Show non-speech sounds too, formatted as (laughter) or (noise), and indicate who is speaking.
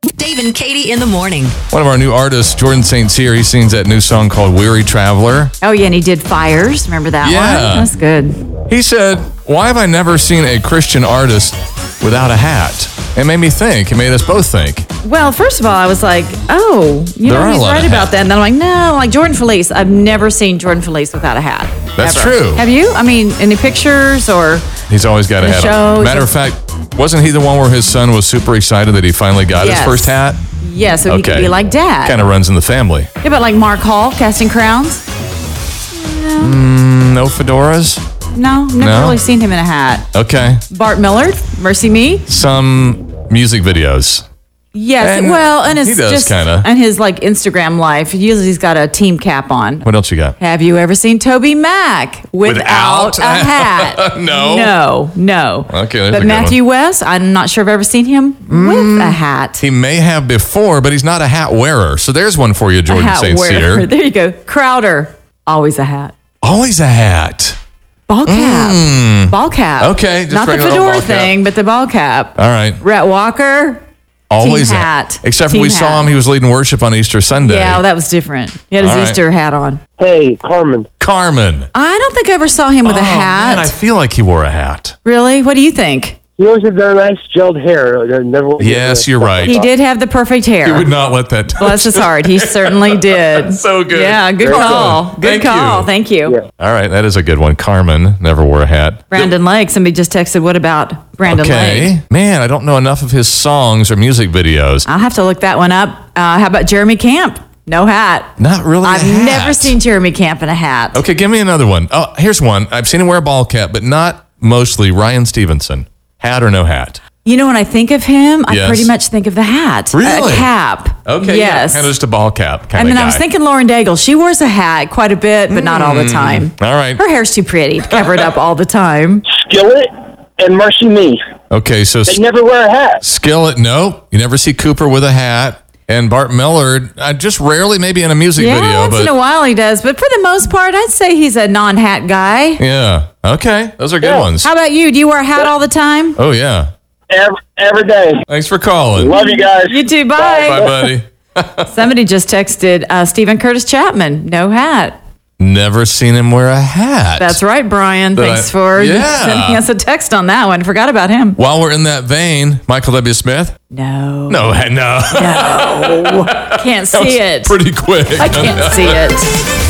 Speaker 1: Dave and Katie in the morning.
Speaker 2: One of our new artists, Jordan St. Cyr, he sings that new song called Weary Traveler.
Speaker 3: Oh, yeah, and he did fires. Remember that
Speaker 2: Yeah.
Speaker 3: one? That's good.
Speaker 2: He said, Why have I never seen a Christian artist without a hat? It made me think. It made us both think.
Speaker 3: Well, first of all, I was like, oh, you
Speaker 2: There are
Speaker 3: know,
Speaker 2: a
Speaker 3: he's
Speaker 2: lot of
Speaker 3: right
Speaker 2: hats.
Speaker 3: about that. And then I'm like, no, like Jordan Felice. I've never seen Jordan Felice without a hat.
Speaker 2: That's
Speaker 3: Ever.
Speaker 2: true.
Speaker 3: Have you? I mean, any pictures or?
Speaker 2: He's always got a
Speaker 3: The
Speaker 2: hat on.
Speaker 3: shows-
Speaker 2: Matter of fact, wasn't he the one where his son was super excited that he finally got his
Speaker 3: Yes.
Speaker 2: first hat?
Speaker 3: Yeah, so he could be like dad.
Speaker 2: Kind of runs in the family.
Speaker 3: Yeah, but like Mark Hall, Casting Crowns?
Speaker 2: No fedoras?
Speaker 3: No, never
Speaker 2: No?
Speaker 3: really seen him in a hat.
Speaker 2: Okay.
Speaker 3: Bart Millard, Mercy Me?
Speaker 2: Some music videos.
Speaker 3: Yes.
Speaker 2: And
Speaker 3: well, and it's
Speaker 2: he does
Speaker 3: just
Speaker 2: kinda.
Speaker 3: and his like Instagram life. Usually he's got a team cap on.
Speaker 2: What else you got?
Speaker 3: Have you ever seen Toby Mack without,
Speaker 2: Without (laughs)
Speaker 3: a
Speaker 2: a-
Speaker 3: hat?
Speaker 2: (laughs) No.
Speaker 3: No, no.
Speaker 2: Oh. Okay, there's a
Speaker 3: But
Speaker 2: good Mm.
Speaker 3: Matthew West, I'm not sure I've ever seen him with a hat.
Speaker 2: He may have before, but he's not a hat wearer. So there's one for you, Jordan
Speaker 3: hat
Speaker 2: St.
Speaker 3: wearer.
Speaker 2: Cyr.
Speaker 3: (laughs) There you go. Crowder, always a hat.
Speaker 2: Always a hat.
Speaker 3: Ball cap. Ball cap.
Speaker 2: Mm. Okay, just
Speaker 3: Not the
Speaker 2: regular old ball
Speaker 3: fedora
Speaker 2: cap. Uh,
Speaker 3: thing, but the ball cap.
Speaker 2: All right.
Speaker 3: Rhett Walker.
Speaker 2: Always a
Speaker 3: hat.
Speaker 2: Except for
Speaker 3: Team
Speaker 2: we saw
Speaker 3: hat.
Speaker 2: him, he was leading worship on Easter Sunday.
Speaker 3: Yeah, well, that was different. He had his
Speaker 2: All right.
Speaker 3: Easter hat on.
Speaker 4: Hey, Carmen.
Speaker 2: Carmen.
Speaker 3: I don't think I ever saw him with a
Speaker 2: Oh,
Speaker 3: hat.
Speaker 2: Man, I feel like he wore a hat.
Speaker 3: Really? What do you think?
Speaker 4: He always had very nice gelled hair. There Never
Speaker 2: Yes, you're right.
Speaker 3: He did have the perfect hair.
Speaker 2: You would not let
Speaker 3: (laughs)
Speaker 2: that.
Speaker 3: Bless his
Speaker 2: (laughs)
Speaker 3: heart. He certainly did.
Speaker 2: So good.
Speaker 3: Yeah, good
Speaker 2: Very
Speaker 3: call.
Speaker 2: good.
Speaker 3: Good
Speaker 2: Thank
Speaker 3: call.
Speaker 2: you.
Speaker 3: Thank you.
Speaker 4: Yeah.
Speaker 2: All right, that is a good one. Carmen never wore a hat.
Speaker 3: Brandon Lake. Somebody just texted, what about Brandon Lake?
Speaker 2: Okay. Man, I don't know enough of his songs or music videos.
Speaker 3: I'll have to look that one up. Uh, how about Jeremy Camp? No hat.
Speaker 2: Not really. a
Speaker 3: I've never
Speaker 2: hat.
Speaker 3: seen Jeremy Camp in a hat.
Speaker 2: Okay, give me another one. Oh, here's one. I've seen him wear a ball cap, but not mostly Ryan Stevenson. Hat or no hat?
Speaker 3: You know, when I think of him, I
Speaker 2: Yes.
Speaker 3: pretty much think of the hat.
Speaker 2: Really?
Speaker 3: A cap.
Speaker 2: Okay.
Speaker 3: Yes.
Speaker 2: Yeah, kind of just a ball cap kind
Speaker 3: I mean,
Speaker 2: of guy. Mm.
Speaker 3: I was thinking Lauren Daigle. She wears a hat quite a bit, but not all the time.
Speaker 2: All right.
Speaker 3: Her hair's too pretty to cover it up all the time.
Speaker 4: Skillet and Mercy Me.
Speaker 2: Okay, so
Speaker 4: They never wear a hat.
Speaker 2: Skillet, no. You never see Cooper with a hat. And Bart Millard, uh, just rarely, maybe in a music (laughs)
Speaker 3: Yeah,
Speaker 2: video,
Speaker 3: once
Speaker 2: but
Speaker 3: in a while he does, but for the most part, I'd say he's a non-hat guy.
Speaker 2: yeah. Okay, those are good
Speaker 4: Yeah.
Speaker 2: ones.
Speaker 3: How about you? Do you wear a hat all the time?
Speaker 2: Oh yeah.
Speaker 4: Every, every day.
Speaker 2: Thanks for calling. Bye,
Speaker 4: Love you guys.
Speaker 3: You do. Bye.
Speaker 2: buddy.
Speaker 3: Somebody just texted uh, Stephen Curtis Chapman. No hat.
Speaker 2: Never seen him wear a hat.
Speaker 3: That's right, Brian.
Speaker 2: But
Speaker 3: Thanks
Speaker 2: I-
Speaker 3: for
Speaker 2: Yeah.
Speaker 3: sending us a text on that one. Forgot about him.
Speaker 2: While we're in that vein, Michael W. Smith.
Speaker 3: No,
Speaker 2: (laughs) No, no.
Speaker 3: can't see it.
Speaker 2: Pretty quick. (laughs)
Speaker 3: I can't see it.
Speaker 1: Dave and